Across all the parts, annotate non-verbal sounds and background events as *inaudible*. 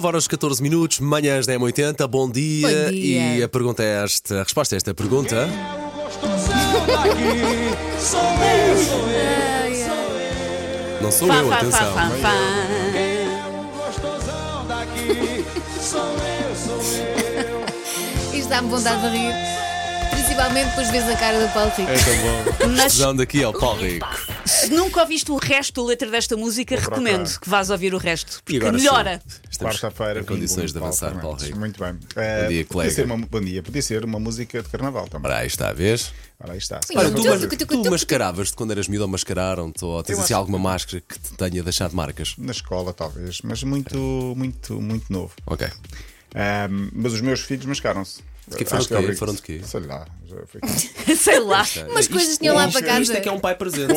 Levaram-nos 14 minutos, manhãs 10h80, bom dia. Bom dia. E a pergunta é esta, a resposta é esta pergunta. Não sou eu, Fá, fá, atenção. fá, fá, fá. Isto dá-me vontade de rir. Principalmente depois vês a cara do Paulo Rico. É *laughs* É, Mas Vamos daqui ao Paulo Rico. se nunca ouviste o resto da letra desta música, recomendo que vás ouvir o resto. E Porque agora sim, melhora. *laughs* estamos Quarta-feira, Em vim condições um de com o avançar, Paulo Fernandes. Rico. Muito bem. Eh, Bom dia, colega. podia ser uma, bom dia. Podia ser uma música de carnaval também. Ora, aí está a vez. Ora, aí está. Olha, Vamos tu- fazer. tu- tu- Tu mascaravas-te quando eras miúdo ou mascararam-te? Ou tens Eu assim acho- alguma máscara que te tenha deixado marcas? Na escola, talvez, mas muito, muito, muito novo. Ok. Ahm, mas os meus filhos mascaram-se. Que foram de Acho quê? obrigo- Foram de quê? Sei lá. já foi- Sei lá. Umas coisas tinham lá isto- para casa. Isto é que é um pai presente.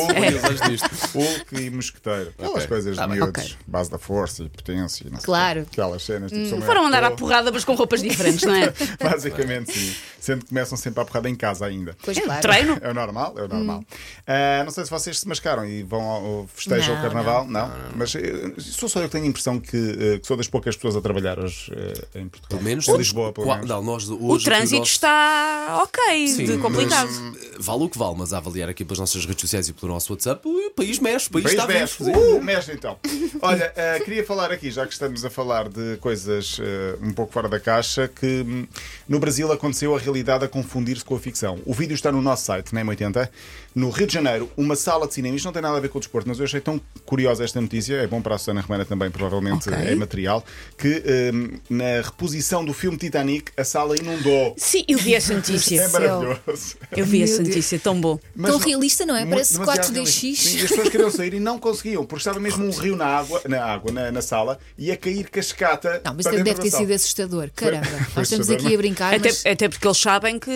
Hulk e mosqueteiro. Aquelas Ok. coisas Tá de bem. miúdos. Ok. Base da força e potência. e não sei Claro. quê. Aquelas cenas. Tipo, sou Foram maior andar que à tu. porrada, mas com roupas diferentes, não é? *laughs* Basicamente, sim. Sendo que começam sempre à porrada em casa ainda. Pois claro. Treino. É o normal, é o normal. Ah, não sei se vocês se mascaram e vão ao, ao festejo Não, ao carnaval, não. Mas eh, sou só eu que tenho a impressão que, eh, que sou das poucas pessoas a trabalhar hoje eh, em Portugal. Pelo menos. Em Lisboa, pelo Qua- menos. Não, nós hoje O aqui trânsito nosso- está ok, Sim, de mas, complicado. eh, vale o que vale, mas a avaliar aqui pelas nossas redes sociais e pelo nosso WhatsApp, o país mexe, o país Beijo, está beijo. mexe. Uh, mestre, então. Olha, eh, queria falar aqui, já que estamos a falar de coisas eh, um pouco fora da caixa, que hum, no Brasil aconteceu a realidade a confundir-se com a ficção. O vídeo está no nosso site, na M80. No Rio de Janeiro, uma sala de cinema. Isto não tem nada a ver com o desporto, mas eu achei tão curiosa esta notícia. É bom para a Susana Romana também, provavelmente Ok. é material. Que hum, na reposição do filme Titanic, a sala inundou. Sim, eu vi essa notícia. É maravilhoso. Eu vi essa Meu Deus. notícia, tão bom. Mas Tão não- realista, não é? Mu- Parece demasiado 4DX. realista. Sim, e as pessoas queriam sair e não conseguiam, porque estava mesmo um rio na água, na, água, na, na sala, e a cair cascata. Não, mas para deve dentro da ter sido sala. assustador. Caramba. foi Nós estamos assustador, aqui a brincar, Até, mas até porque eles sabem que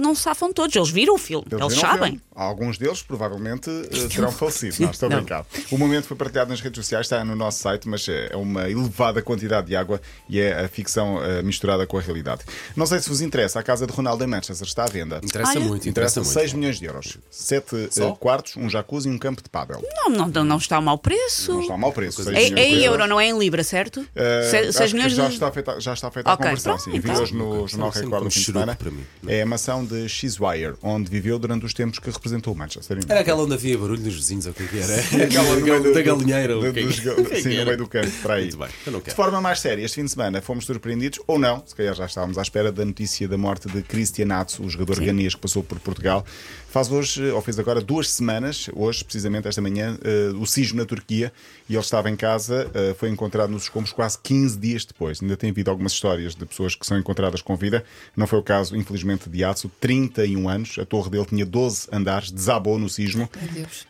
não safam todos. Eles viram o filme. Eles, viram o sabem. filme. Alguns deles provavelmente eh, *laughs* terão falecido. Não, estou a Não. brincar. O momento foi partilhado nas redes sociais, está no nosso site, mas é é uma elevada quantidade de água e é a ficção eh, misturada com a realidade. Não sei se vos interessa, a casa de Ronaldo em Manchester está à venda. Interessa Olha. muito, interessa Interessa muito. 6 milhões de euros, 7 Só? quartos, um jacuzzi e um campo de pádel. Não, não, não, não está a mau preço. Não está mal preço. coisa É, 6 é milhões em de euros. euro, não é em libra, certo? Uh, Se- acho seis que milhões já, de- está feita, já está feita Ok, a conversão, pronto, sim. Vi então. hoje no Ok, Jornal sempre Record um do fim de churume semana. para mim. É a mansão de X-Wire, onde viveu durante os tempos que representou o Manchester. Era aquela onde havia barulho dos vizinhos, ou o que é que era? Aquela no meio do- da galinheira. ou do- o que é que- dos ga- o que é que Sim, no era? meio do campo, para aí. Muito bem, eu não De quero. forma mais séria, este fim de semana fomos surpreendidos, ou não, se calhar já estávamos à espera da notícia da morte de Cristian Atsu, o jogador ganês que passou por Portugal. Faz hoje, ou fez agora duas semanas, hoje, precisamente esta manhã, eh, o sismo na Turquia, e ele estava em casa, eh, foi encontrado nos escombros quase 15 dias depois. Ainda tem havido algumas histórias de pessoas que são encontradas com vida. Não foi o caso, infelizmente, de Atsu, 31 anos, a torre dele tinha 12 andares, desabou no sismo. Meu Deus.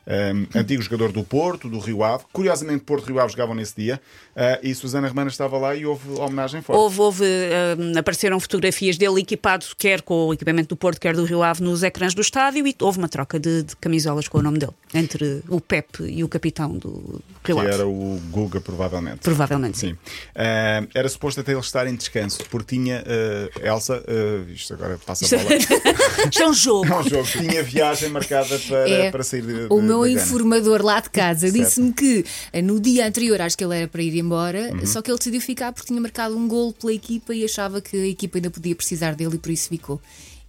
Um, antigo jogador do Porto, do Rio Ave. Curiosamente, Porto e Rio Ave jogavam nesse dia. Uh, e Susana Romana estava lá e houve homenagem forte. Houve, houve, hum, apareceram fotografias dele equipado, quer com o equipamento do Porto, quer do Rio Ave, nos ecrãs do estádio e houve uma troca de, de camisolas com o nome dele, entre o Pepe e o capitão do Rio Que Ave. era o Guga, provavelmente. Provavelmente sim. Sim. Ah, era suposto até ele estar em descanso, porque tinha ah, Elsa, ah, isto agora passa a *laughs* bola. *laughs* Isto é um É jogo. um jogo, tinha viagem marcada para, É. para sair de, O de- meu da Gana. informador lá de casa Certo. disse-me que eh, no dia anterior, acho que ele era para ir embora, Uhum. só que ele decidiu ficar porque tinha marcado um golo pela equipa e achava que a equipa ainda podia precisar dele e por isso ficou.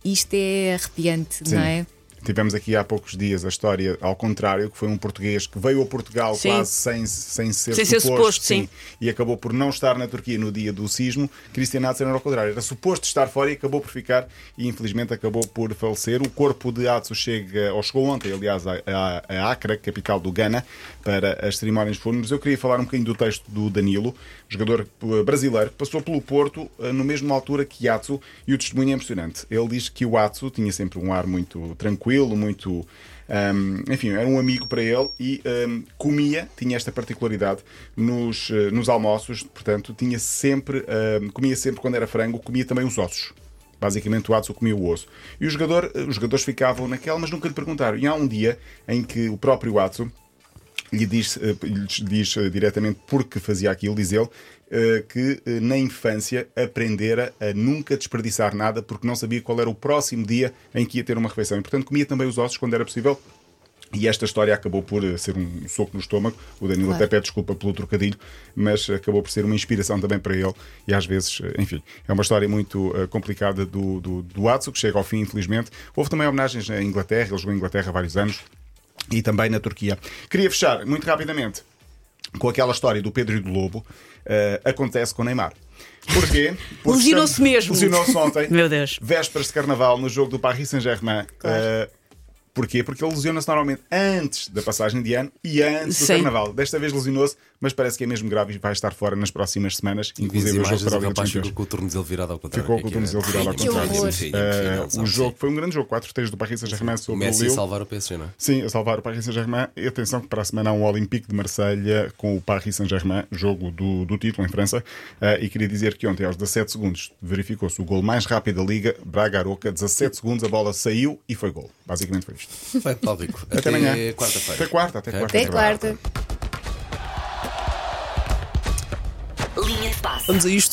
Isto é arrepiante, não é? Tivemos aqui há poucos dias a história ao contrário, que foi um português que veio a Portugal Sim. quase sem, sem ser Sem ser suposto, suposto, sim. e acabou por não estar na Turquia no dia do sismo. Cristian Atsen era ao contrário, era suposto estar fora e acabou por ficar e infelizmente acabou por falecer. O corpo de Atsu chega, ou chegou ontem, aliás, a, a- a Acra, capital do Ghana, para as cerimónias fúnebres. Eu queria falar um bocadinho do texto do Danilo, jogador eh, brasileiro, que passou pelo Porto eh, no mesmo altura que Atsu e o testemunho é impressionante. Ele diz que o Atsu tinha sempre um ar muito tranquilo, muito um, enfim, era um amigo para ele e um, comia, tinha esta particularidade nos, eh, nos almoços, portanto, tinha sempre, um, comia sempre quando era frango, comia também os ossos. Basicamente, o Adson comia o osso. E o jogador, eh, os jogadores ficavam naquela, mas nunca lhe perguntaram. E há um dia em que o próprio Adson lhe diz, eh, lhe diz eh, diretamente porque fazia aquilo, diz ele, eh, que eh, na infância aprendera a nunca desperdiçar nada porque não sabia qual era o próximo dia em que ia ter uma refeição. E, portanto, comia também os ossos quando era possível E esta história acabou por eh, ser um soco no estômago. O Danilo Claro. até pede desculpa pelo trocadilho, mas acabou por ser uma inspiração também para ele. E às vezes, eh, enfim, é uma história muito eh, complicada do, do, do Atsu, que chega ao fim, infelizmente. Houve também homenagens na Inglaterra, ele jogou em Inglaterra há vários anos, e também na Turquia. Queria fechar muito rapidamente com aquela história do Pedro e do Lobo. eh, acontece com o Neymar. *laughs* Porquê? Porque Lesionou-se estamos- mesmo. Lesionou-se ontem. *laughs* Meu Deus. Vésperas de carnaval no jogo do Paris Saint-Germain. Eh, Porquê? Porque ele lesiona-se normalmente antes da passagem de ano e antes do Sim. carnaval. Desta vez lesionou-se, mas parece que é mesmo grave e vai estar fora nas próximas semanas, Inclusive, inclusive o jogo imagens para do a Liga rapaz dos ficou Campeões. com o tornozelo virado ao contrário. Ficou com o que é que tornozelo era? virado ao Que contrário. horror. Sim, Eh, impossível, o sabe, jogo sim. foi um grande jogo, 4-3 do Paris Saint-Germain O sobre o Messi a Lille. salvar o PSG, não é? Sim, a salvar o Paris Saint-Germain. E atenção que para a semana há um Olympique de Marselha com o Paris Saint-Germain, jogo do, do título em França. Eh, e queria dizer que ontem, aos 17 segundos, verificou-se o gol mais rápido da Liga, Braga Aroca, 17 segundos, a bola saiu e foi gol. Basicamente foi isto. Bem, Paulo Rico, Até amanhã. Até quarta-feira. Até quarta, até Ok? quarta. Até é quarta. Linha de passe. Vamos a isto.